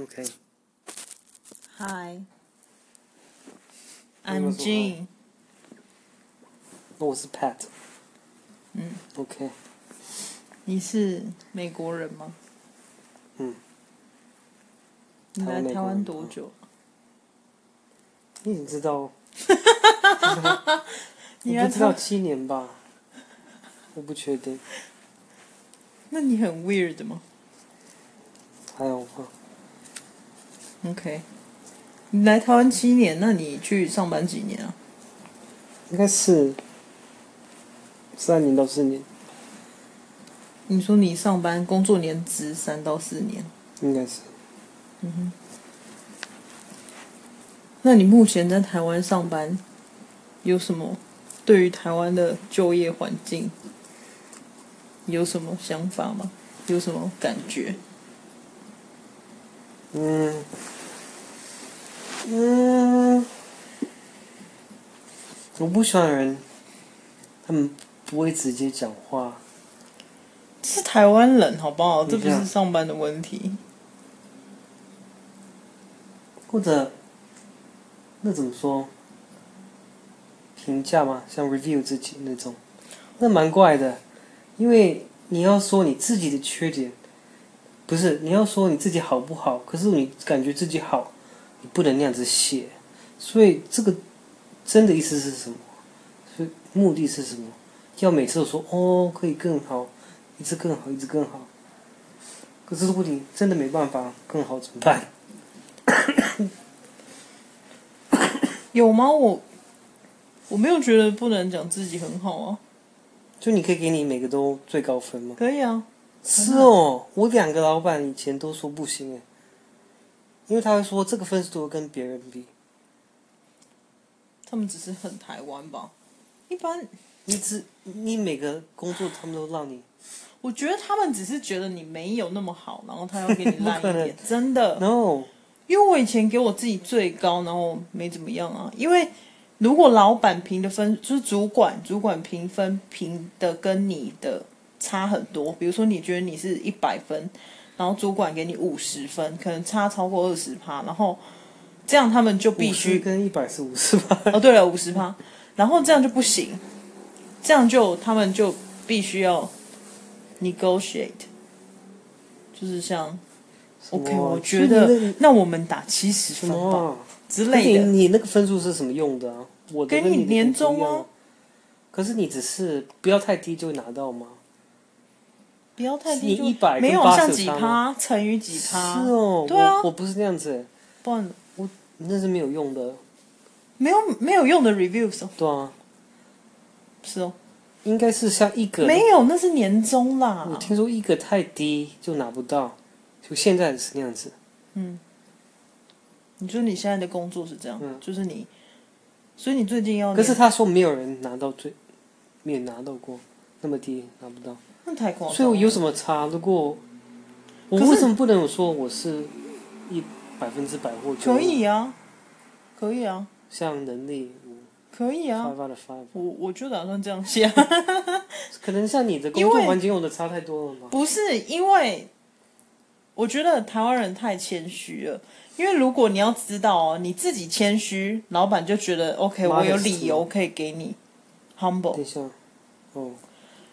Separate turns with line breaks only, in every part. OK，
Hi,
哎没有
I'm
什么
Jean。
那我是 Pat。
嗯。
OK，
你是美国人吗？
嗯。
你来
台湾美国人
台
嗯
湾多久？
你已经知道，
你
我
来
不知道
台，
七年吧？我不确定，
那你很 weird 吗
还有吗？
？OK。你来台湾七年，那你去上班几年啊？
应该是三年到四年，
你说你上班工作年资三到四年，
应该是。
那你目前在台湾上班，有什么对于台湾的就业环境有什么想法吗？有什么感觉？
嗯，嗯，我不喜欢人，他们不会直接讲话。
这是台湾人好不好？
你
这
看
不是上班的问题。
或者，那怎么说？评价嘛，像 review 自己那种，那蛮怪的，因为你要说你自己的缺点，不是你要说你自己好不好，可是你感觉自己好，你不能那样子写，所以这个真的意思是什么？所以目的是什么？要每次都说哦，可以更好，一直更好，一直更好。可是如果你真的没办法更好，怎么办？
有吗？我我没有觉得不能讲自己很好啊，
就你可以给你每个都最高分吗？
可以啊。
是哦，我两个老板以前都说不行哎，因为他会说这个分数都跟别人比，
他们只是很台湾吧。一般
你只你每个工作他们都让你，
我觉得他们只是觉得你没有那么好，然后他要 给你烂
不可
一
能
点，真的。
no，
因为我以前给我自己最高，然后没怎么样啊。因为如果老板评的分，就是主管主管评分评的跟你的差很多，比如说你觉得你是一百分，然后主管给你五十分，可能差超过二十趴，然后这样他们就必
50
须
跟一百是五十吧？
哦，对了，五十趴，然后这样就不行，这样就他们就必须要 negotiate，就是像 OK，我
所以
觉
你
得那我们打七十
那
分
什么
吧
啊
之
可是
类
你
的，
你那个分数是什么用的啊？我的
给
跟
你
你的
年
不一
终
样
啊，
可是你只是不要太低就会拿到吗？
不要太
你
低，就
100
没有
跟80
像几
有差
趴乘以几
是
趴，
哦，
对啊
我我不是那样子欸，
不然
那是没有用的，
没有没有用的 reviews 哦，
对啊，
是哦，
应该是像一个
没有那是年终啦
我，听说一个太低就拿不到，就现在是那样子。
嗯，你说你现在的工作是这样，
嗯
就是你，所以你最近要
可是
哦年
他说没有人拿到最，没有拿到过那么低拿不到，
那太夸张了，
所以我有什么差？如果我
可是
为什么不能说我是一百分之百或
可以啊，可以啊，
像能力
可以啊，
five out of five，
我我就打算这样写。
可能像你的工
因
作
为
环境我的差太多了吧？
不是因为，我觉得台湾人太谦虚了。因为如果你要知道哦，你自己谦虚，老板就觉得 OK，
Modest
我有理由可以给你 humble，
等一下，哦，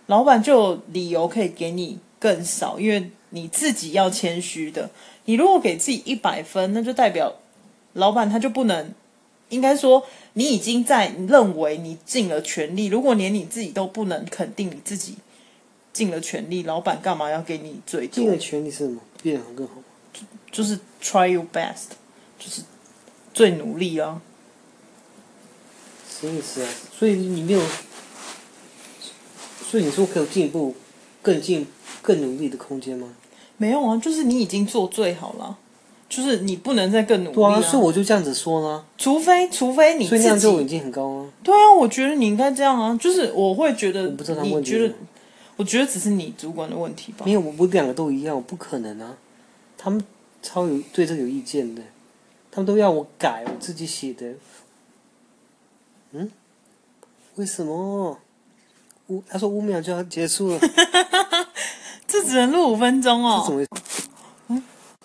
老板就有理由可以给你更少，因为你自己要谦虚的。你如果给自己一百分，那就代表老板他就不能，应该说你已经在你认为你尽了全力。如果连你自己都不能肯定你自己尽了全力，老板干嘛要给你最多？
尽了全力是什么？变得更好吗？
就是 try your best，就是最努力啊。
什么意思啊？所以你没有，所以你说可以有进步，更进、更努力的空间吗？
没有啊，就是你已经做最好了，就是你不能再更努力
对啊，
啊。
所以我就这样子说啦，
除非除非你
所以那
自
样就已
己，
经很高了。
对啊，我觉得你应该这样啊。就是我会觉得，
我不知道他
你
问
觉
题
得，，我觉得只是你主管的问题吧
没。有，我我两个都一样，我不可能啊。他们超有对这个有意见的，他们都要我改我自己写的。嗯？为什么？五他说五秒就要结束了，这
这只能录五分钟哦。
怎么？
知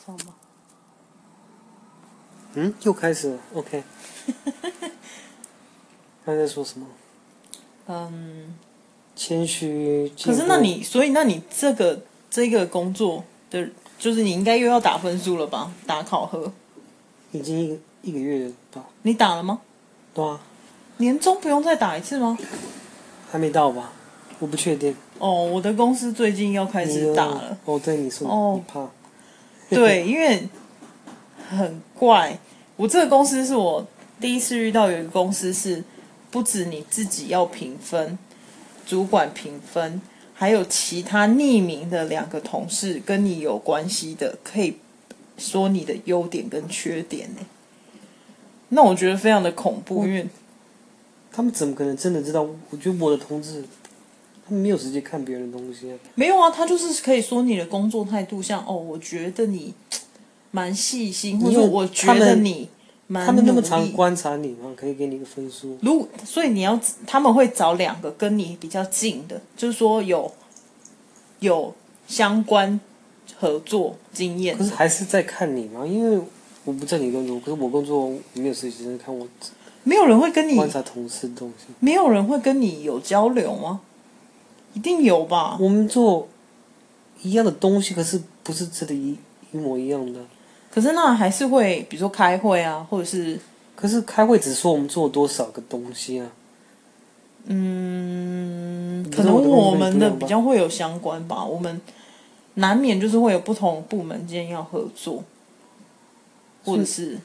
道吗
嗯，又开始了。OK，他在说什么？
嗯，
谦虚。
可是
进
那
步
你所以那你这个这个工作的，就是你应该又要打分数了吧？打考核，
已经一个一个月了吧？
你打了吗？
对啊，
年终不用再打一次吗？
还没到吧？我不确定。
哦，我的公司最近要开
你
始
又
打了。
哦，对，你说
哦
你怕。
对，因为很怪。我这个公司是我第一次遇到有一个公司是，不止你自己要评分，主管评分，还有其他匿名的两个同事跟你有关系的，可以说你的优点跟缺点呢。那我觉得非常的恐怖，因为
他们怎么可能真的知道？我觉得我的同志，他们没有时间看别人的东西啊。
没有啊，他就是可以说你的工作态度像，哦，我觉得你蛮细心，或
你
者
有
我觉
他
得
们
你蛮
他们那么
努
常
力
观察你嘛，可以给你一个分数。
如果所以你要他们会找两个跟你比较近的，就是说有有相关合作经验
可。是还是在看你嘛，因为我不在你工作，可是我工作我没有时间看我
没有人会跟你，
观察同事的东西。
没有人会跟你有交流吗？一定有吧？
我们做一样的东西，可是不是真的一一模一样的。
可是那还是会，比如说开会啊，或者是
可是开会只说我们做了多少个东西啊，
嗯，
不
可
是
能
我的工作
我
跟你
们
不一
的
样吧
比较会有相关吧。我们难免就是会有不同部门间要合作，或者是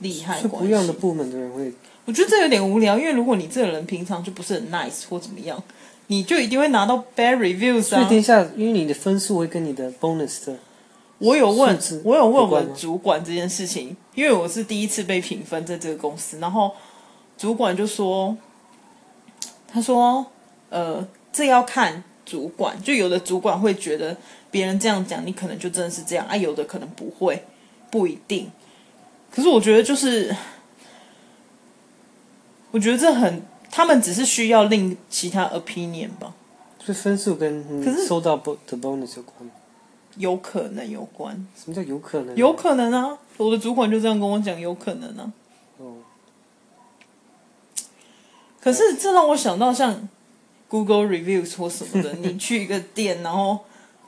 利害
是
关
不
系。
一样的部门的人会。
我觉得这有点无聊，因为如果你这个人平常就不是很 nice 或怎么样，你就一定会拿到 bad
所
reviews
以等一
啊。
下，因为你的分数会跟你的 bonus 的，
我有问
素质，
我有问
有
我
关吗
主管这件事情，因为我是第一次被评分在这个公司，然后主管就说，他说，呃，这要看主管，就有的主管会觉得别人这样讲，你可能就真的是这样啊，有的可能不会，不一定。可是我觉得就是，我觉得这很，他们只是需要另其他 opinion 吧，
所以分数跟
可是
你收到 bo- 的 bonus 有关吗。
有可能有关，
什么叫有可能？
有可能啊，我的主管就这样跟我讲，有可能啊。
哦，
可是这让我想到像 Google reviews 或什么的，你去一个店，然后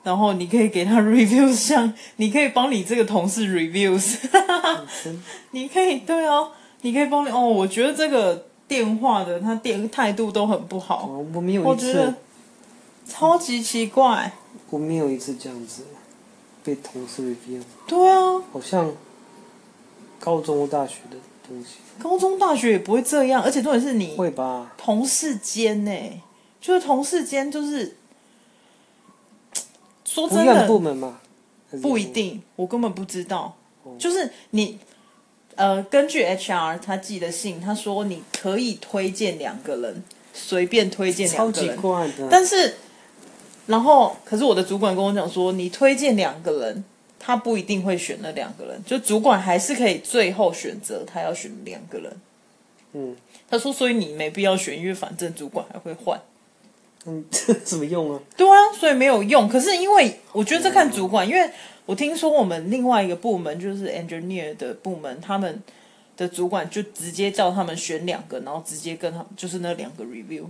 然后你可以给他 reviews，像你可以帮你这个同事 reviews，你啊可以对啊，你可以帮你哦，我觉得这个电话的他店态度都很不好，
哦我没有
我
一
觉得
次，
超级奇怪，
我没有一次这样子被同事 review，
对啊，
好像高中或大学的东西
高中大学也不会这样，而且重点是你
会吧？
同事间呢、就是同事间就是。说
不
真
一样
的，
的部门嘛？还是
不一
有
定，我根本不知道
哦。
就是你，呃，根据 HR 他寄的信，他说你可以推荐两个人，随便推荐
超
两个
级
人，
怪的。
但是，然后可是我的主管跟我讲说，你推荐两个人，他不一定会选那两个人，就主管还是可以最后选择他要选两个人。
嗯，
他说，所以你没必要选，因为反正主管还会换。
嗯，这怎么用啊？
对啊，所以没有用。可是因为我觉得这看主管，因为我听说我们另外一个部门就是 engineer 的部门，他们的主管就直接叫他们选两个，然后直接跟他们就是那两个 review。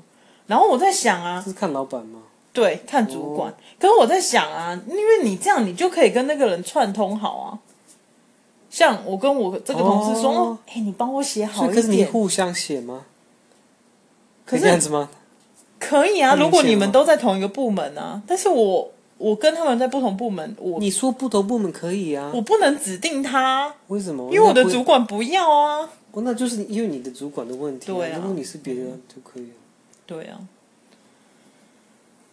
然后我在想啊，
是看老板吗？
对，看主
哦
管。可是我在想啊，因为你这样，你就可以跟那个人串通好啊。像我跟我这个同事说，
哦
哦，哎、你帮我写
所
好
以可
一
是你
点。
互相写吗？可
可
以
是
这样子吗？
可以啊，
很明显
如果你们
吗
都在同一个部门啊，但是我我跟他们在不同部门，我
你说不同部门可以啊？
我不能指定他，
为什么？
因为我的
那不
主管不要啊。
哦，那就是因为你的主管的问题、
对啊
如果你是别人就可以了。
对啊。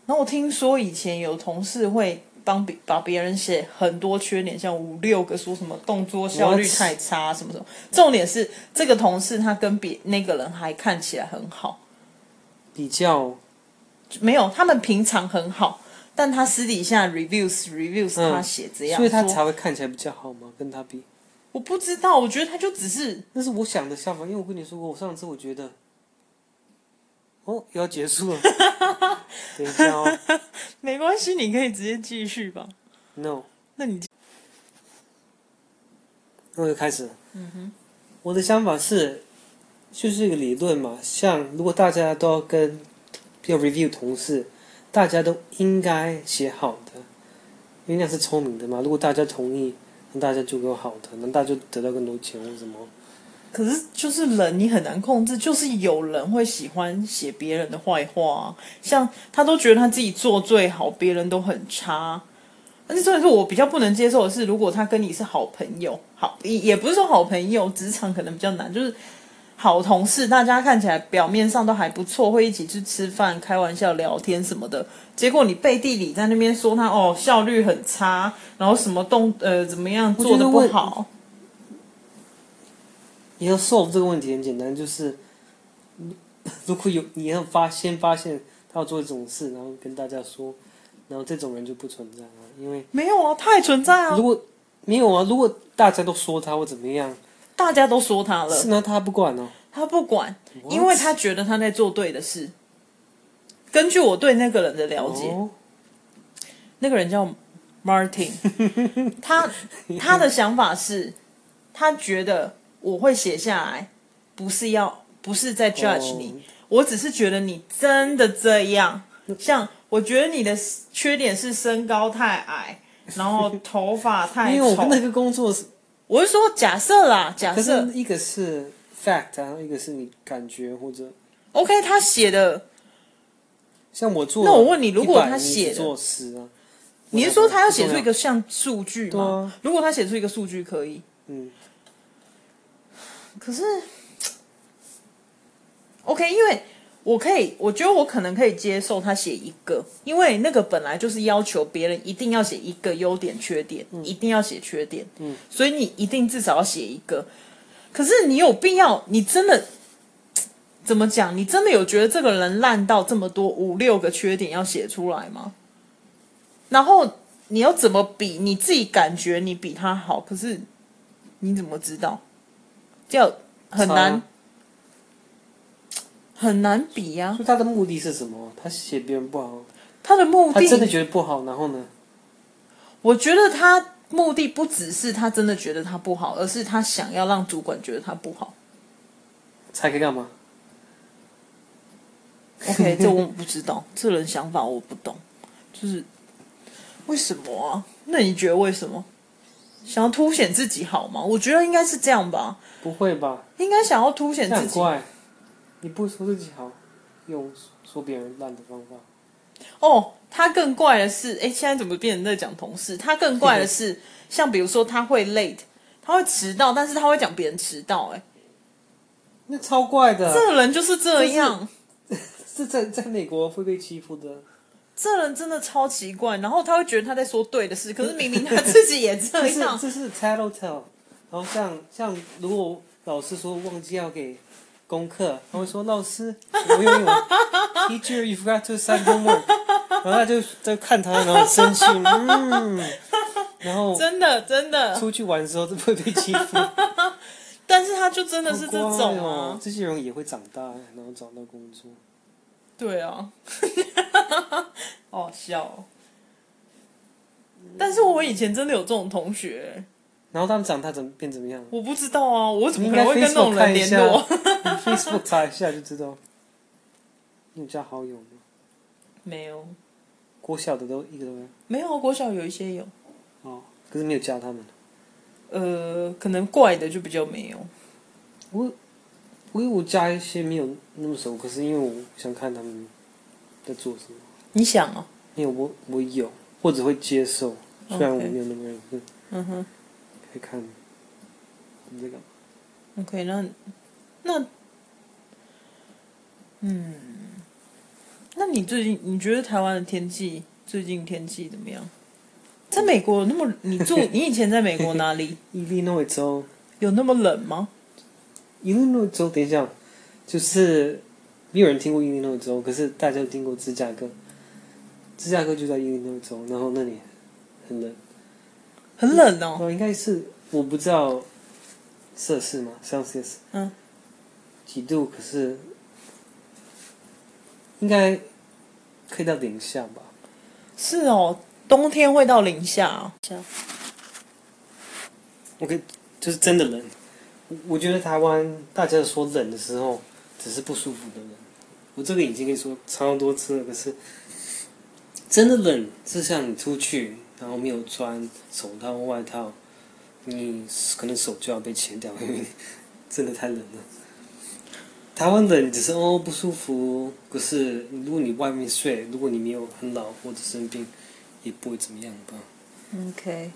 然后我听说以前有同事会帮别把别人写很多缺点，像五六个，说什么动作效率
What？
太差什么什么。重点是这个同事他跟别那个人还看起来很好，
比较
没有，他们平常很好，但他私底下 reviews reviews
嗯
他写这样，
所以他
说
才会看起来比较好嘛，跟他比。
我不知道，我觉得他就只是
那是我想的想法，因为我跟你说过，我上次我觉得，哦，又要结束了，等一下哦
没关系，你可以直接继续吧。
，no，
那你
我又开始了。嗯哼，我的想法是，就是一个理论嘛，像如果大家都要跟要 review 同事，大家都应该写好的，因为那样是聪明的嘛。如果大家同意，那大家就有好的，那大家就得到更多钱或者什么。
可是就是人，你很难控制，就是有人会喜欢写别人的坏话、啊，像他都觉得他自己做最好，别人都很差。而且重点是我比较不能接受的是，如果他跟你是好朋友，好也也不是说好朋友，职场可能比较难，就是好同事，大家看起来表面上都还不错，会一起去吃饭、开玩笑、聊天什么的。结果你背地里在那边说他哦效率很差，然后什么动呃怎么样
我
做
觉
的
得
不
问
好，
你要 solve 这个问题很简单，就是嗯如果有你要发先发现他要做这种事，然后跟大家说，然后这种人就不存在了，因为
没有啊，他也存在啊
如，果没有啊，如果大家都说他或怎么样，
大家都说他了，
是呢他不管哦，
他不管，
What？
因为他觉得他在做对的事。根据我对那个人的了解，
哦
那个人叫 Martin，他 他的想法是，他觉得我会写下来，不是要不是在 judge
哦
你，我只是觉得你真的这样，像我觉得你的缺点是身高太矮，然后头发
因 为
太
我
丑
跟。那个工作是，
我是说假设啦，假
可
设
是一个是 fact，然后一个是你感觉或者
OK，他写的
像我做，
那我问你如果他写的
做十啊，
你是说他要写出一个像数据
对
吗
啊？
如果他写出一个数据可以，
嗯，
可是 OK，因为我可以，我觉得我可能可以接受他写一个，因为那个本来就是要求别人一定要写一个优点、缺点，一定要写缺点，嗯，所以你一定至少要写一个。可是你有必要？你真的怎么讲？你真的有觉得这个人烂到这么多五六个缺点要写出来吗？然后你要怎么比？你自己感觉你比他好，可是你怎么知道？叫很
差
难很难比呀、
就他的目的是什么？他写别人不好，
他的目
他真的
的，
觉得不好，然后呢？
我觉得他目的不只是他真的觉得他不好，而是他想要让主管觉得他不 好。
才可以干嘛？
OK，这我不知道，这人想法我不懂，就是为什么啊？那你觉得为什么？想要凸显自己好吗？我觉得应该是这样吧，
不会吧？
应该想要凸显
那
自
很
己。
怪，你不说自己好，用说别人烂的方法。
哦，他更怪的是，哎，现在怎么变成在讲同事？他更怪的是，像比如说他会 late，他会迟到，但是他会讲别人迟到、 哎，
那超怪
这
的，
个人就是这样。
是在在美国会被欺负的。
这人真的超奇怪，然后他会觉得他在说对的事，可是明 明他自己也这
这是
样。
这是 tattle tale，然后像像如果老师说忘记要给功课，他会说老师我有用，teacher you forgot to send homework，然后他就在看他，然后生气，嗯，然后
真的，真的，
出去玩的时候都会被欺 负。
但是他就真的是这
好
种
怪
啊
哦，，这些人也会长大，然后找到工作。
对啊，好好笑哦、但是我以前真的有这种同学，
然后他们长大怎么变怎么样？
我不知道啊，我怎
你
么
应
可
该
能会跟那
Facebook
种人
看一
联
下
络？
你，Facebook 查一下就知道。你有加好友吗？
没有，
国小的都一个都没有。
没有啊，国小有一些有，
哦，可是没有加他们。
呃，可能怪的就比较没有。
我我有加一些没有那么熟，可是因为我想看他们在做什么，
你想啊，
因为我我有或者会接受，虽然我
OK
没有那么认识，
嗯哼。
可以看他们在干嘛。
OK，那那嗯，那你最近你觉得台湾的天气最近天气怎么样？在美国有那么你住你以前在美国哪里
伊利诺伊州，
有那么冷吗？
伊利诺伊州，等一下，就是没有人听过伊利诺伊州，可是大家都听过芝加哥，芝加哥就在伊利诺伊州，然后那里很冷。
很冷哦，
哦，应该是我不知道摄氏嘛，Celsius
嗯，
几度，可是应该可以到零下吧？
是哦，冬天会到零下、哦。
我可以就是真的冷。我我觉得台湾大家说冷的时候，只是不舒服的冷。我这个已经跟你说超多次了，可是真的冷是像你出去，然后没有穿手套、外套，你可能手就要被切掉，因为真的太冷了。台湾冷只是哦不舒服，可是如果你外面睡，如果你没有很老或者生病，也不会怎么样吧。
OK，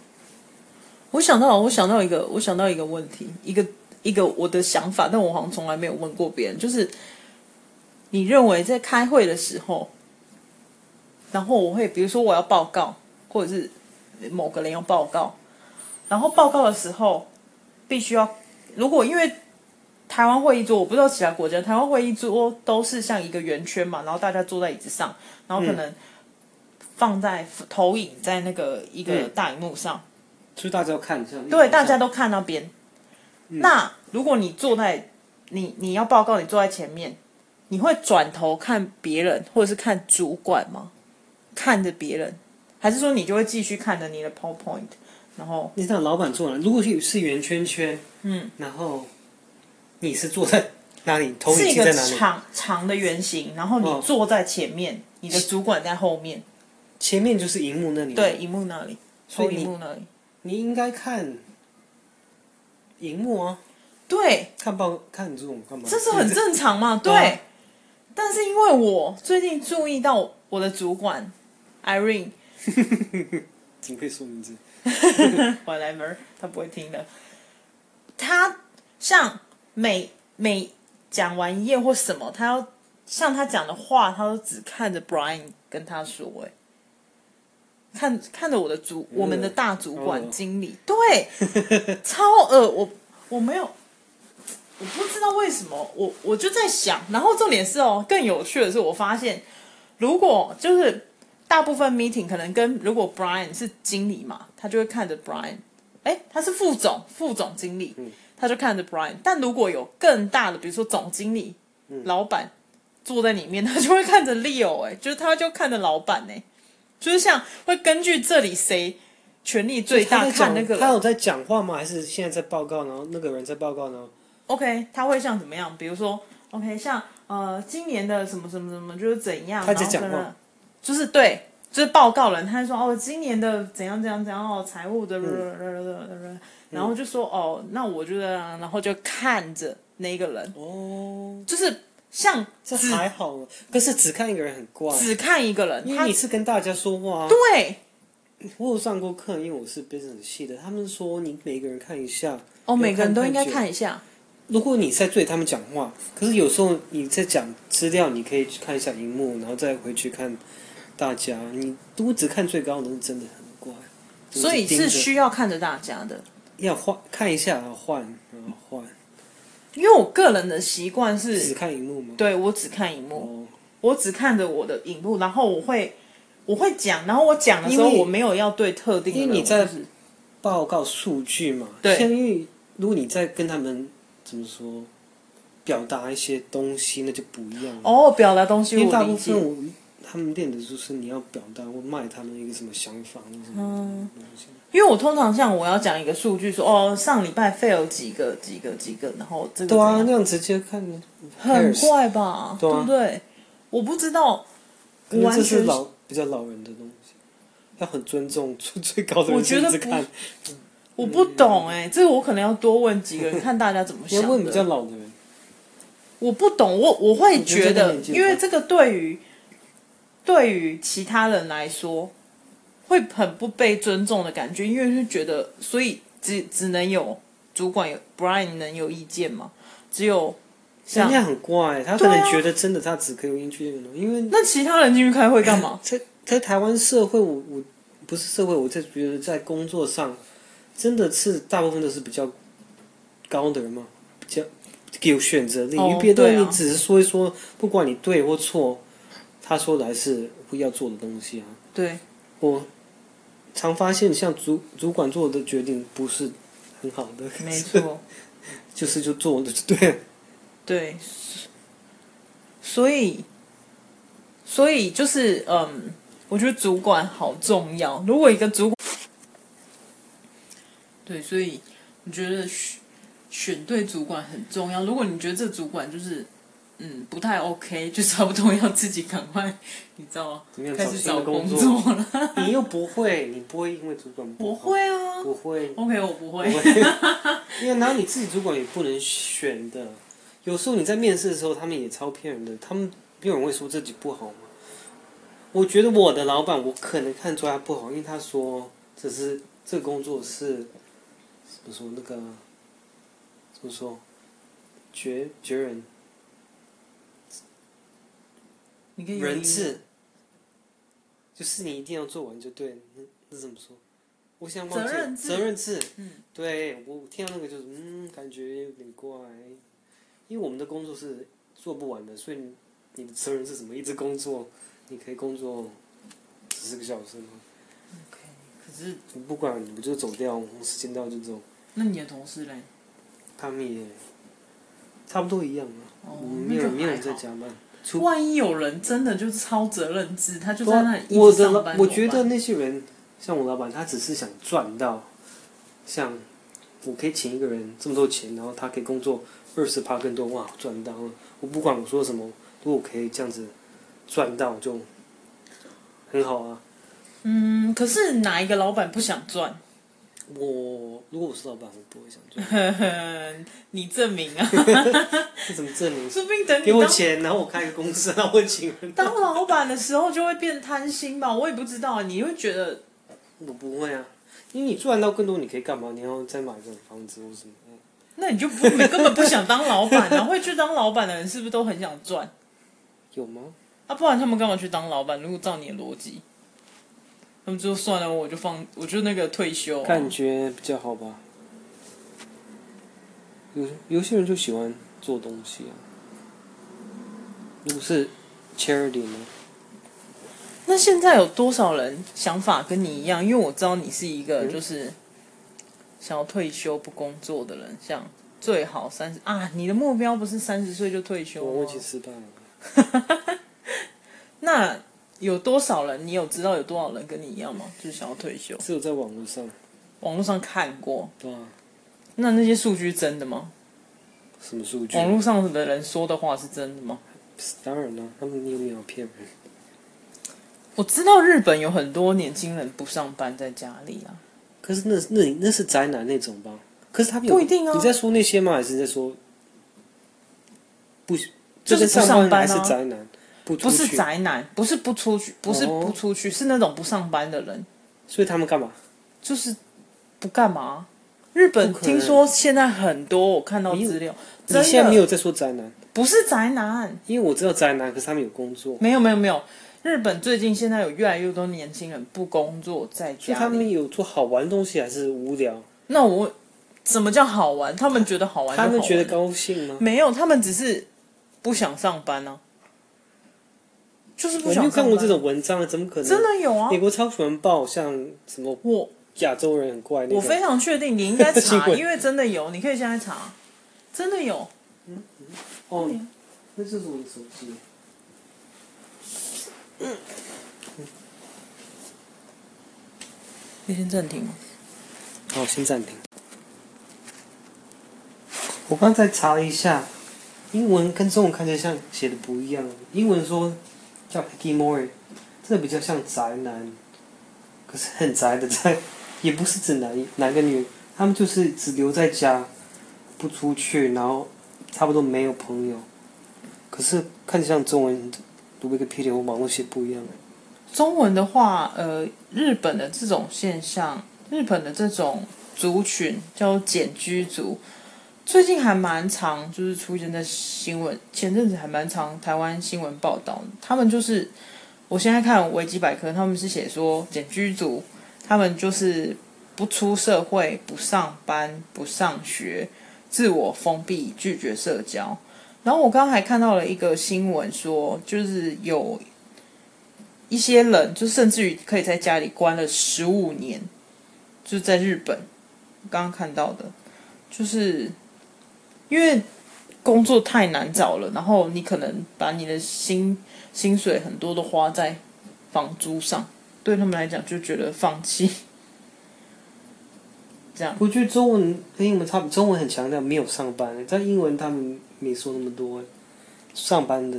我想到，我想到一个，我想到一个问题，一个一个我的想法，但我好像从来没有问过别人，就是你认为在开会的时候，然后我会，比如说我要报告，或者是某个人要报告，然后报告的时候必须要，如果因为台湾会议桌，我不知道其他国家，台湾会议桌都是像一个圆圈嘛，然后大家坐在椅子上，然后可能放在投影在那个一个
嗯
大荧幕上。
所以大家要看一下。
对，大家都看那边。
嗯
那如果你坐在你你要报告，你坐在前面，你会转头看别人，或者是看主管吗？看着别人，还是说你就会继续看着你的 PowerPoint，然后
你让老板坐哪？如果是是圆圈圈，嗯，然后你是坐在哪里？投
是
影
一
机
个
在哪里？
长长的圆形，然后你
哦
坐在前面，你的主管在后面，
前面就是荧幕那里。，
对，荧幕那里，
嗯所
投
以
荧
你
幕那里，
你应该看荧幕啊，
对，
看报看这种干嘛？
这是很正常嘛，对。
对啊
但是因为我最近注意到我的主管 Irene
怎么可以说名字？
whatever，他不会听的。他像每每讲完一页或什么，他要像他讲的话，他都只看着 Brian 跟他说、哎，看看着我的主，我们的大主
哦
管经理，对，超恶，我我没有。我不知道为什么，我我就在想，然后重点是哦，更有趣的是，我发现如果就是大部分 meeting 可能跟如果 Brian 是经理嘛，他就会看着 Brian，哎，他是副总，副总经理，
嗯
他就看着 Brian。但如果有更大的，比如说总经理、老板坐在里面，他就会看着 Leo，哎，就是他就看着老板哎，就是像会根据这里谁权力最大
他在
看
讲
那个
他
人
有在讲话吗？还是现在在报告，然后那个人在报告呢？
，OK，他会像怎么样？比如说 OK，像呃今年的什么什么什么就是怎样，
他在
然后
讲
跟
话
了就是对，就是报告人，他就说哦，今年的怎样怎样怎样哦，财务的，
嗯
然后就说哦，那我觉得，然后就看着那个人，
哦，
就是像
这
只
还好啊，可是只看一个人很怪，
只看一个人，
因
他
为你是跟大家说话啊。
对
我有上过课，因为我是 business 系的，他们说你每个人看一下，
哦，每个人都应该
看
看一下，
如果你在对他们讲话，可是有时候你在讲资料，你可以去看一下荧幕，然后再回去看大家。你如果只看最高的，是真的很怪。
所以
就是盯着
需要看着大家的。
要换看一下，然后换，然后换，
因为我个人的习惯
只
是，
看荧幕吗？
对我只看荧幕，
哦，
我只看着我的荧幕，然后我会我会讲，然后我讲的时候
因为
我没有要对特定的人，
因为你在
我就是
报告数据嘛。
对
像因为如果你在跟他们怎么说，表达一些东西，那就不一样了。
哦表达东西
因为
我
大
理
部
解
分。我他们练的就是你要表达或卖他们一个什么想法或什么什么东西。
因为我通常像我要讲一个数据说，哦，上礼拜 fail 几个几个几个，然后这个
对啊，
怎
那
样
样直接看
很
Harris
怪吧，
对啊
不对？我不知道，
可能
我完
这
全
是老比较老人的东西，要很尊重最最高的
我
人
觉
去
得
一直
不
看。
我不懂哎、这个我可能要多问几个人，看大家怎么
嗯 你
想
要
的。
问比较老的人，
我不懂，我我会觉得，
我觉得这个很简单
因为这个对于对于其他人来说，会很不被尊重的感觉，因为是觉得，所以只只能有主管有 Brian 能有意见嘛，只有
人
像
家很怪，他可
对啊
能觉得真的他只可以用英区那个东西，因为
那其他人进去开会干 嘛？
在在台湾社会，我我不是社会，我在觉得在工作上，真的是大部分都是比较高的人嘛，比较有选择力，
哦
因为别的
对
人
啊
你只是说一说，不管你对或错，他说的还是不要做的东西啊。
对，
我常发现，像主主管做的决定不是很好的，
没错，
就是就做的就对了。
对，所以所以就是嗯，我觉得主管好重要。如果一个主管，对，所以我觉得选选对主管很重要。如果你觉得这主管就是嗯不太 OK，就差不多要自己赶快，你知道吗？
怎么样
开
找
始
新
找
的工
工
作？
作了。
你又不会，你不会因为主管不
我
好，
会啊
不会，
，OK，我不
不
会。
会，因为然后你自己主管也不能选的。有时候你在面试的时候，他们也超骗人的，他们没有人会说自己不好吗？我觉得我的老板，我可能看出来他不好，因为他说这是这个工作是怎么说那个怎么说绝绝人
你可以有
人
一
质，就是你一定要做完就对了。那那怎么说？我想忘记
责任制
责任制。
嗯。
对我听到那个就是嗯，感觉有点怪，因为我们的工作是做不完的，所以你你的责任是什么？一直工作，你可以工作十四个小时吗？
OK，可是
你不管，我就走掉，时间到就走。
那你的同事嘞？
他们也差不多一样啊，
哦
我们没有
那
人
就
没有人
还
在
好
加班。除
万一有人真的就超责任制，他就
对啊
在那里一
我
直
的
上
老
班，
我
怎么
觉得
办
那些人，像我老板，他只是想赚到，像我可以请一个人这么多钱，然后他可以工作二十趴更多，哇，赚到了！我不管我说什么，如果我可以这样子赚到，就很好啊。
嗯，可是哪一个老板不想赚？
我如果我是老板，我不会想赚，
你证明 啊，
这怎么证 明？
说不定等你
给我
当
钱，然后我开个公司，然后我请人，
当老板的时候就会变贪心吧，我也不知道啊，你会觉得
我不会啊。因为你赚到更多，你可以干嘛？你要再买个房子或什么？
那你就不你根本不想当老板啊，会去当老板的人是不是都很想赚？
有吗？
啊，不然他们干嘛去当老板？如果照你的逻辑，他们就算了，我就放，我就那个退休啊、
感觉比较好吧。有有些人就喜欢做东西啊。如果是 charity 呢？
那现在有多少人想法跟你一样？因为我知道你是一
嗯
个就是想要退休不工作的人，像最好三十啊，你的目标不是三十岁就退休
我
吗
问题失败了。
那有多少人？你有知道有多少人跟你一样吗？就是想要退休？
只有在网络上，
网络上看过，
对啊，
那那些数据真的吗？
什么数据？
网络上的人说的话是真的吗？
当然啦、他们有没有骗人？
我知道日本有很多年轻人不上班在家里啊，
可是那那那是宅男那种吧？可是他们有
不一定啊
你在说那些吗？还是在说不？
就
这跟
是不上
上
班
还
啊
是宅男？不出
不是
去，
宅男，不是不出去，不是
哦
不出去，是那种不上班的人。
所以他们干嘛？
就是不干嘛。日本
不可能
听说现在很多，我看到资料，
你
真
现在
的
没有在说宅男，
不是宅男，
因为我知道宅男，可是他们有工作。
没有没有没有。日本最近现在有越来越多年轻人不工作在
所以
家
他
里。
们有做好玩的东西还是无聊？
那我什么叫好玩？他们觉得好玩就
他
好玩，
们觉得高兴吗？
没有，他们只是不想上班啊，就是
我
不
没
想
有
上班。
看过这种文章，怎么可能？
真的有啊
美！国超喜欢报像什么
我
亚洲人很怪那种
我非，常确定，你应 该
新
查，
闻
因为真的有，你可以现在查，真的有。
哦，那就是我的手机。
可以先暂停吗？
好，先暂停。我刚才查了一下，英文跟中文看起来像写的不一样。英文说叫 Hikimori，这比较像宅男，可是很宅的宅，也不是指男男跟女，他们就是只留在家，不出去，然后差不多没有朋友。可是看起来像中文读 Wikipedia 和网络写不一样。
中文的话，呃，日本的这种现象，日本的这种族群叫简居族，最近还蛮常就是出现在新闻，前阵子还蛮常台湾新闻报道，他们就是我现在看维基百科，他们是写说简居族，他们就是不出社会、不上班、不上学，自我封闭，拒绝社交。然后我刚刚还看到了一个新闻说，就是有一些人，就甚至于可以在家里关了十五年，就是在日本，我刚刚看到的，就是因为工作太难找了，然后你可能把你的薪薪水很多都花在房租上，对他们来讲就觉得放弃。这样。
我觉得中文跟英文差别，中文很强调没有上班，但英文他们没说那么多上班的。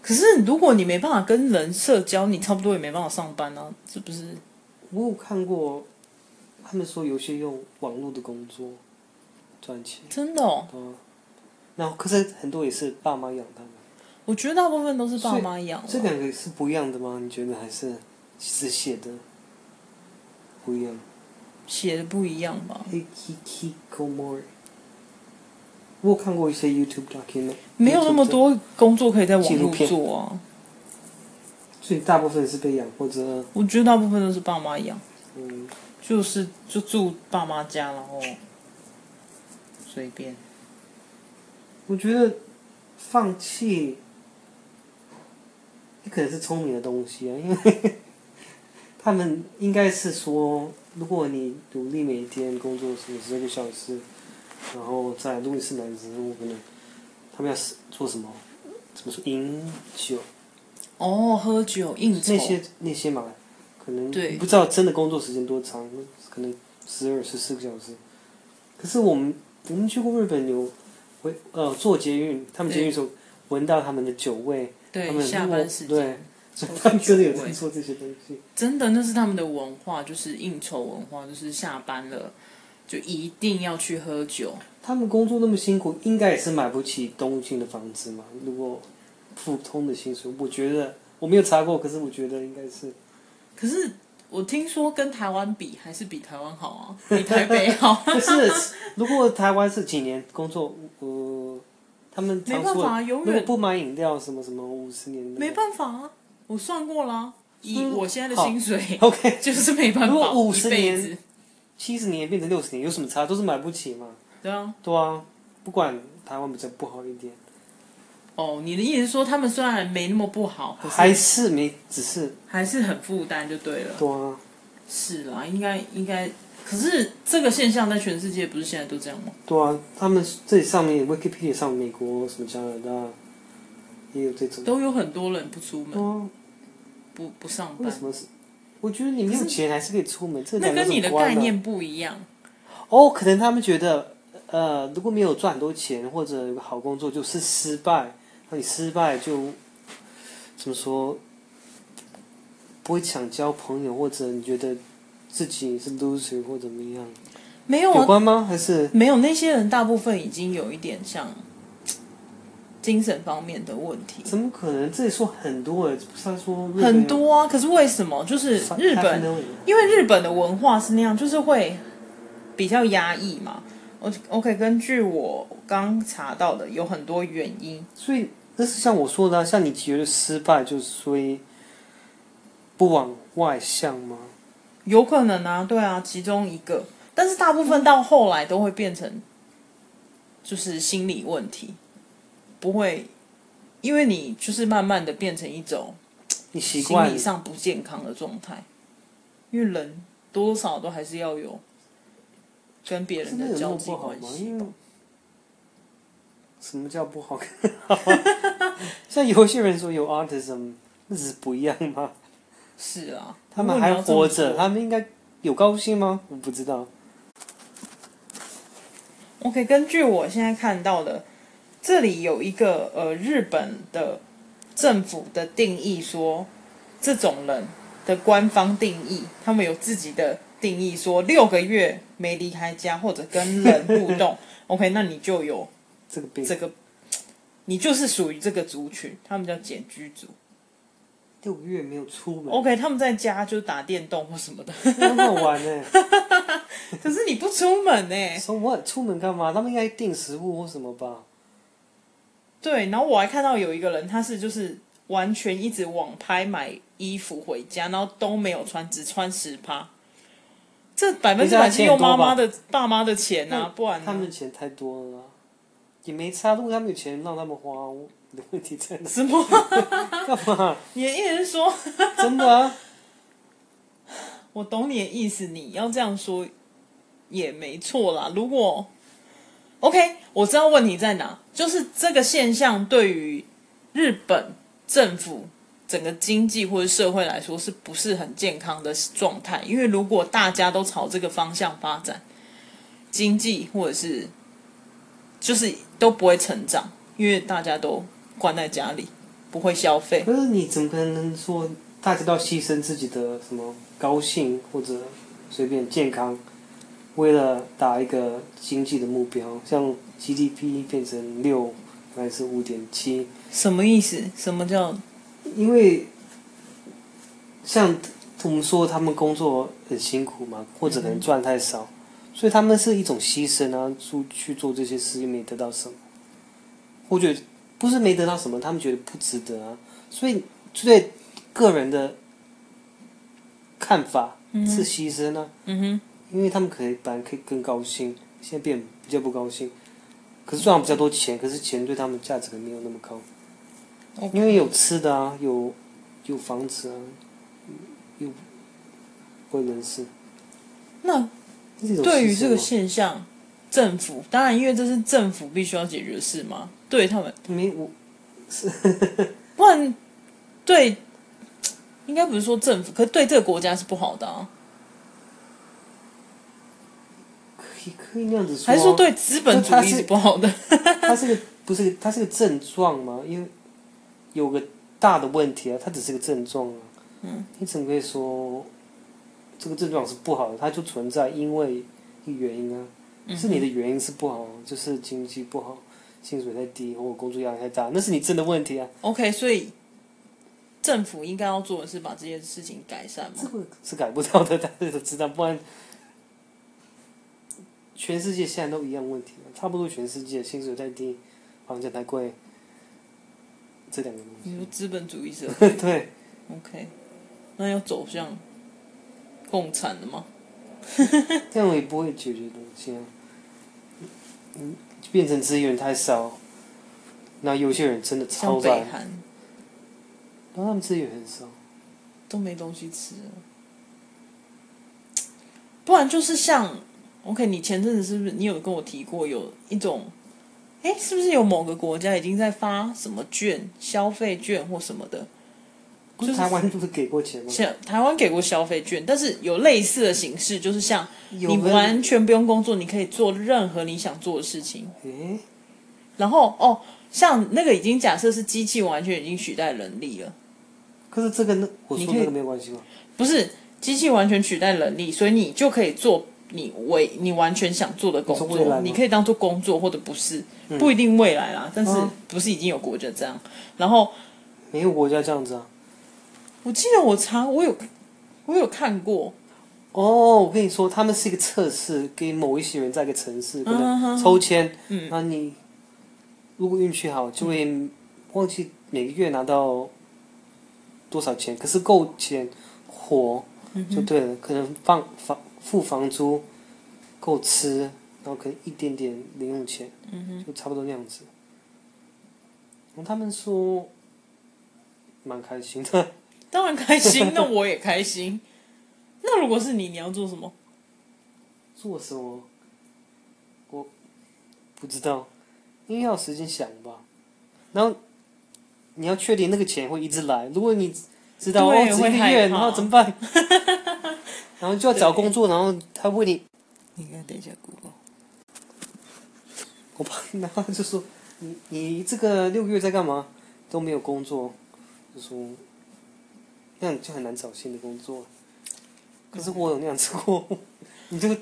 可是如果你没办法跟人社交，你差不多也没办法上班啊，是不是？
我有看过，他们说有些用网络的工作赚钱，
真的哦，
嗯，然后可是很多也是爸妈养他们。
我觉得大部分都是爸妈养啊。
这两个是不一样的吗？你觉得还是是写的不一样
写的不一样吧？
？Hikikomori，我有看过一些 YouTube document，
没有那么
YouTube 的
多工作可以在网
纪录
络
片
做啊。
所以大部分是被养或者
我觉得大部分都是爸妈养，
嗯，
就是就住爸妈家，然后随便。
我觉得放弃也可能是聪明的东西啊，因为 他们应该是说，如果你努力每天工作什么十二个小时，然后在如果你是男生，我可能他们要是做什么，怎么说饮酒
哦，喝酒应酬
那些那些嘛，可能
对
不知道真的工作时间多长，可能十二十四个小时。可是我们我们去过日本有，回呃坐捷运，他们捷运的时候闻到他们的酒味，他
对
们
下
如
班
果
时间
对，所以 他们真的有
酒
在
味
做这些东西。
真的，那是他们的文化，就是应酬文化，就是下班了就一定要去喝酒。
他们工作那么辛苦，应该也是买不起东京的房子嘛？如果普通的薪水，我觉得我没有查过，可是我觉得应该 是
可是我听说跟台湾比，还是比台湾好啊，比台北 好。
不是，如果台湾是几年工作，呃，他们常
没办
说
法永远
如果不买饮料什么什么五十年的
没办法啊，我算过啦，以
嗯
我现在的薪水，
，OK，
就是没办
如
法，
果
一
50
辈
年
子。
七十年变成六十年有什么差？都是买不起嘛。
对啊，
对啊，不管台湾比较不好一点，
哦，你的意思是说他们虽然没那么不好，哦可
还
是
是没，只是
还是很负担就对了。
对啊，
是啦，应该应该，可是这个现象在全世界不是现在都这样吗？
对啊，他们这上面 Wikipedia 上美国什么加拿大也有这种。
都有嗯很多人不出
对
门，
啊，
不不上
为
班
什。么是？我觉得你没有钱还是可以出门，这
那
两个
跟你的
怎么关
概念不一样。
哦，可能他们觉得，呃，如果没有赚很多钱或者有个好工作，就是失败。那你失败就怎么说？不会想交朋友，或者你觉得自己是 loser 或怎么样？
没有
有
啊，
关吗？还是
没有那些人大部分已经有一点像嘖精神方面的问题，
怎么可能？这里说很多哎，不是他说日本有
很多啊。可是为什么？就是
三
日
三
本
分钟有
因为日本的文化是那样，就是会比较压抑嘛。O OK，根据我刚查到的，有很多原因。
所以那是像我说的、啊，像你觉得失败就是所以不往外向吗？
有可能啊，对啊，其中一个，但是大部分到后来都会变成就是心理问题，不会，因为你就是慢慢的变成一种
你习
心
惯
理上不健康的状态，因为人多多少少都还是要有跟别
真
人
的有
的
那
交
么
际
不好
关
吗？
系。
因为什么叫不好？ 像有些人说有 autism，那只是不一样吗？
是啊，
他们还活着，他们应该有高兴吗？我不知道。
OK，根据我现在看到的，这里有一个呃日本的政府的定义说，这种人的官方定义，他们有自己的定义说，六个月没离开家或者跟人互动，OK，那你就有
这个病
这个，你就是属于这个族群，他们叫简居族。
六个月没有出门，
OK，他们在家就打电动或什么的，
很好玩呢、
可是你不出门欸呢、
说我出门干嘛？他们应该订食物或什么吧？
对，然后我还看到有一个人，他是就是完全一直网拍买衣服回家，然后都没有穿，只穿十趴。这百分之百是用妈妈的爸妈的钱啊，不然呢
他们的钱太多了啊、也没差。如果他们有钱让他们花，我你的问题在哪？
什么？
干嘛？
你的意思是说，
真的啊？
我懂你的意思，你要这样说也没错啦。如果 OK，我知道问题在哪，就是这个现象对于日本政府整个经济或者社会来说是不是很健康的状态？因为如果大家都朝这个方向发展，经济或者是就是都不会成长，因为大家都关在家里，不会消费。
可是你怎么可能说大家都要牺牲自己的什么高兴或者随便健康，为了达一个经济的目标，像 GDP 变成六还是五点七？
什么意思？什么叫
因为像我们说他们工作很辛苦嘛，或者可能赚太少，所以他们是一种牺牲啊，出去做这些事又没得到什么，或者不是没得到什么，他们觉得不值得啊，所以就对个人的看法是牺牲啊，
嗯
因为他们可以本来可以更高兴，现在变比较不高兴，可是赚比较多钱，可是钱对他们价值可能没有那么高。
哼？
因为有吃的啊，有有房子啊，有为人师，
那
这是一种
对
牺
于
牲
这个
嘛
现象，政府当然因为这是政府必须要解决的事嘛，对他们，
没我
不然对，应该不是说政府，可对这个国家是不好的啊，
可以可以那样子说啊、
还是说对资本主义是不好的？
它是个不是它是个症状嘛？因为有个大的问题啊，它只是个症状啊。嗯。你怎么可以说这个症状是不好的？它就存在，因为一个原因啊，
嗯
是你的原因是不好，就是经济不好，薪水太低，或者工作压力太大，那是你真的问题啊。
OK，所以政府应该要做的是把这件事情改善
这
嘛？
个是改不掉的，大家都知道，不然全世界现在都一样问题了，差不多全世界薪水太低，房价太贵，这两个东
你说资本主义者
西。对，
OK，那要走向共产了吗？
这样也不会解决东西啊。嗯，变成资源太少，那有些人真的超
像
懒，
北韩
然后他们资源很少。
都没东西吃了，不然就是像 OK，你前阵子是不是你有跟我提过有一种，哎，是不是有某个国家已经在发什么券、消费券或什么的？
不是台湾不是给过钱吗？
像台湾给过消费券，但是有类似的形式，就是像
有
你
个
完全不用工作，你可以做任何你想做的事情。
诶，
然后哦，像那个已经假设是机器完全已经取代人力了，
可是这个那我
你
说
可以
那个没有关系吗？
不是机器完全取代人力，所以你就可以做你为你完全想做的工
你说未来
作
吗，嗯
你可以当做工作或者不是，不一定未来啦，但是
哦
不是已经有国家这样。然后
没有国家这样子啊。
我记得我查我有我有看过，
哦，我跟你说，他们是一个测试，给某一些人在一个城市可
嗯
能
哼嗯
抽签，然后你如果运气好，就会忘记每个月拿到多少钱，可是够钱活
嗯
就对了，可能放房付房租，够吃，然后可能一点点零用钱，
嗯
就差不多那样子。然后他们说蛮开心的，
当然开心，那我也开心。那如果是你，你要做什么？
做什么？我不知道，因为要有时间想吧。然后你要确定那个钱会一直来，如果你知道哦，
对
只
会
一个
害
月，
怕
然后怎么 办？然后就要找工作，然后他问你，
你看，等一下 Google。
我怕，然后他就说你你这个六个月在干嘛？都没有工作，就说那你就很难找新的工作。可是我有那样子过， 你就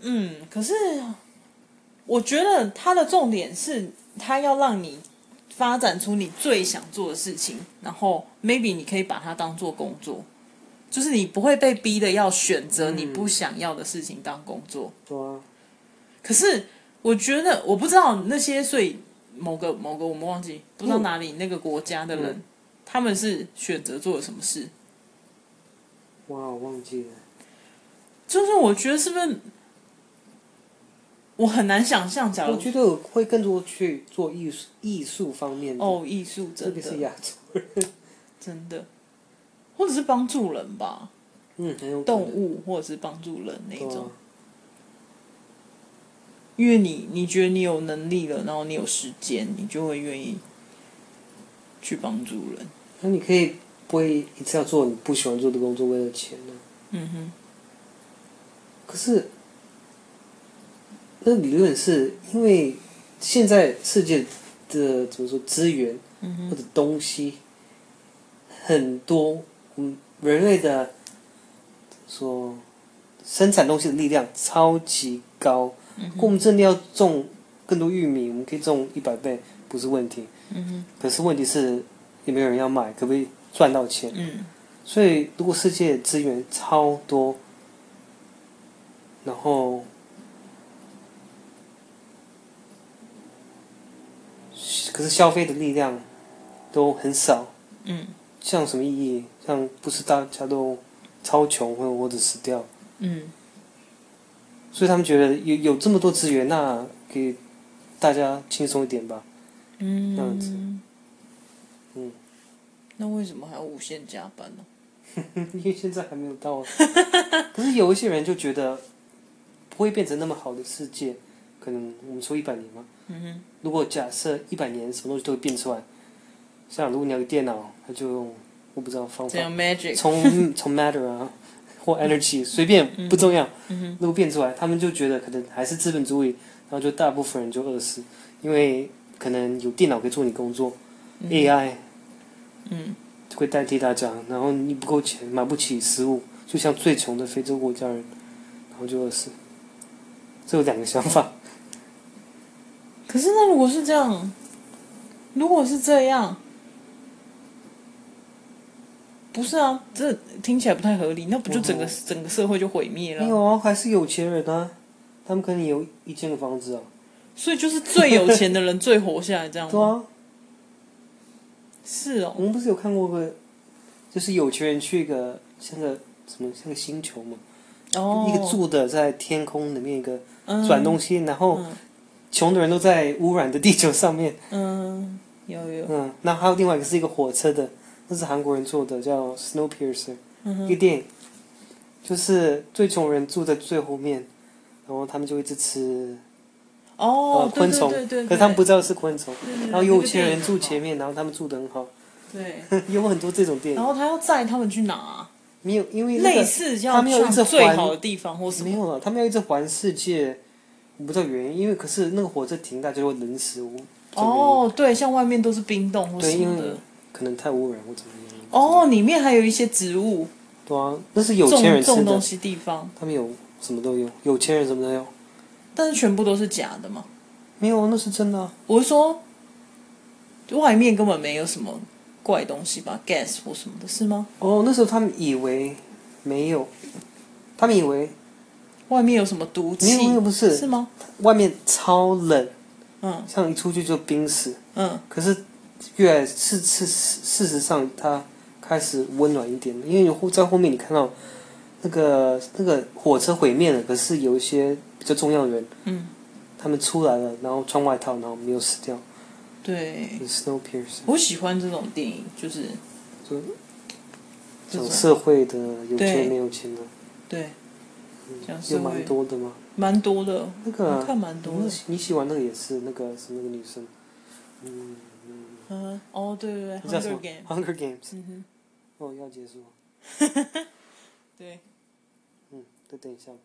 嗯，可是我觉得它的重点是，它要让你发展出你最想做的事情，然后 maybe 你可以把它当做工作，就是你不会被逼的要选择你不想要的事情当工作。
说、啊、
可是我觉得我不知道那些，所以某个某个我们忘记不知道哪里那个国家的人，
嗯
他们是选择做了什么事。
哇，我忘记了。
就是我觉得是不是我很难想象，假
我
如
觉得我会更多去做艺术艺术方面的，
哦，艺术
特
真
别是
的
亚洲，
真的，或者是帮助人吧，
嗯，很有可
动
能
物或者是帮助人那
对
种
啊，
因为你你觉得你有能力了，然后你有时间，你就会愿意去帮助人。
那你可以不会一次要做
嗯
你不喜欢做的工作，为了钱呢、
嗯哼，
啊可是那理论是因为现在世界的怎么说资源
嗯
或者东西很多，嗯，人类的说生产东西的力量超级高。如果我们真的要种更多玉米，我们可以种一百倍，不是问题。
嗯
可是问题是，有没有人要买？可不可以赚到钱？
哼，嗯
所以，如果世界资源超多，然后可是消费的力量都很少，
嗯
像什么意义？像不是大家都超穷或或者死掉，
嗯
所以他们觉得有有这么多资源，那给大家轻松一点吧。
嗯，
这样子嗯，
那为什么还要无限加班呢？
因为现在还没有 到啊。可是有一些人就觉得不会变成那么好的世界，可能我们说一百年嘛。
嗯哼，
如果假设一百年什么东西都会变出来，像如果你要个电脑，它就用我不知道方
这
法，
样 magic，
从从 matter 啊或 energy 随便不重要，
嗯哼，
如果变出来，他们就觉得可能还是资本主义，然后就大部分人就饿死，因为可能有电脑可以做你工作、
嗯
a i
嗯
会代替大家，然后你不够钱买不起食物，就像最穷的非洲国家人，然后就饿死。这有两个想法，
可是那如果是这样，如果是这样，不是啊，这听起来不太合理，那不就整个、
哦
整个社会就毁灭
没
了？
有啊，还是有钱人啊，他们可能有一间房子啊，
所以就是最有钱的人最活下来，这样
对
吗？
啊，
是哦
我，们不是有看过个，就是有钱人去一个像个什么像个星球嘛，
哦，
一个住的在天空里面一个
嗯
转东西，然后
嗯
穷的人都在污染的地球上面，
嗯，有有，
嗯，那还有另外一个是一个火车的，那是韩国人做的，叫 Snowpiercer。
嗯
一个
哼，
电影，就是最穷人住在最后面，然后他们就一直吃
哦
呃，昆虫
对对对对，
可是他们不知道是昆虫。
对，对嗯
然后有钱人住前，面，然后他们住的很好，
对对对 对
有很多这种电
然
影。
后他要载他们去哪啊？
没有，因为那
类
个
似
他
像
们有一
像
次
最
环
好的地方或什
没
么？
有啊了，他们要一直环世界，我不知道原因，因为可是那个火车停，大家会冷死，我不知道原因，
哦，对，像外面都是冰冻或
对，
什
因
么
为
的。
可能太污染或怎么样。
哦，里面还有一些植物，
对啊，那是有
种
钱人吃
种东
的，
西地方，
他们有什么都有，有钱人什么都有。
但是全部都是假的嘛。
没有，那是真的啊、
我是说，外面根本没有什么怪东西吧，gas 或什么的，是吗？
哦，那时候他们以为没有，他们以为
外面有什么毒气？
没有没有不是
是吗？
外面超冷，
嗯
像一出去就冰死。
嗯
可是越来事事事实上，它开始温暖一点了，因为你后在后面你看到那个那个火车毁灭了，可是有一些比较重要的人，
嗯，
他们出来了，然后穿外套，然后没有死掉。
对，
Snow Pierce，
我喜欢这种电影，就是
就
这
讲
种
社会的有
对
钱没有钱的，
对，讲
有
社
蛮
会
多的嘛。
蛮多的，
那个
我看蛮多的
你。你喜欢那个也是那个是那个女生，嗯，
嗯，哦，对对对
那叫什
，Hunger
么
Game，
？Hunger Games。
嗯哼，
哦，要结束了。
对。
嗯，再等一下吧。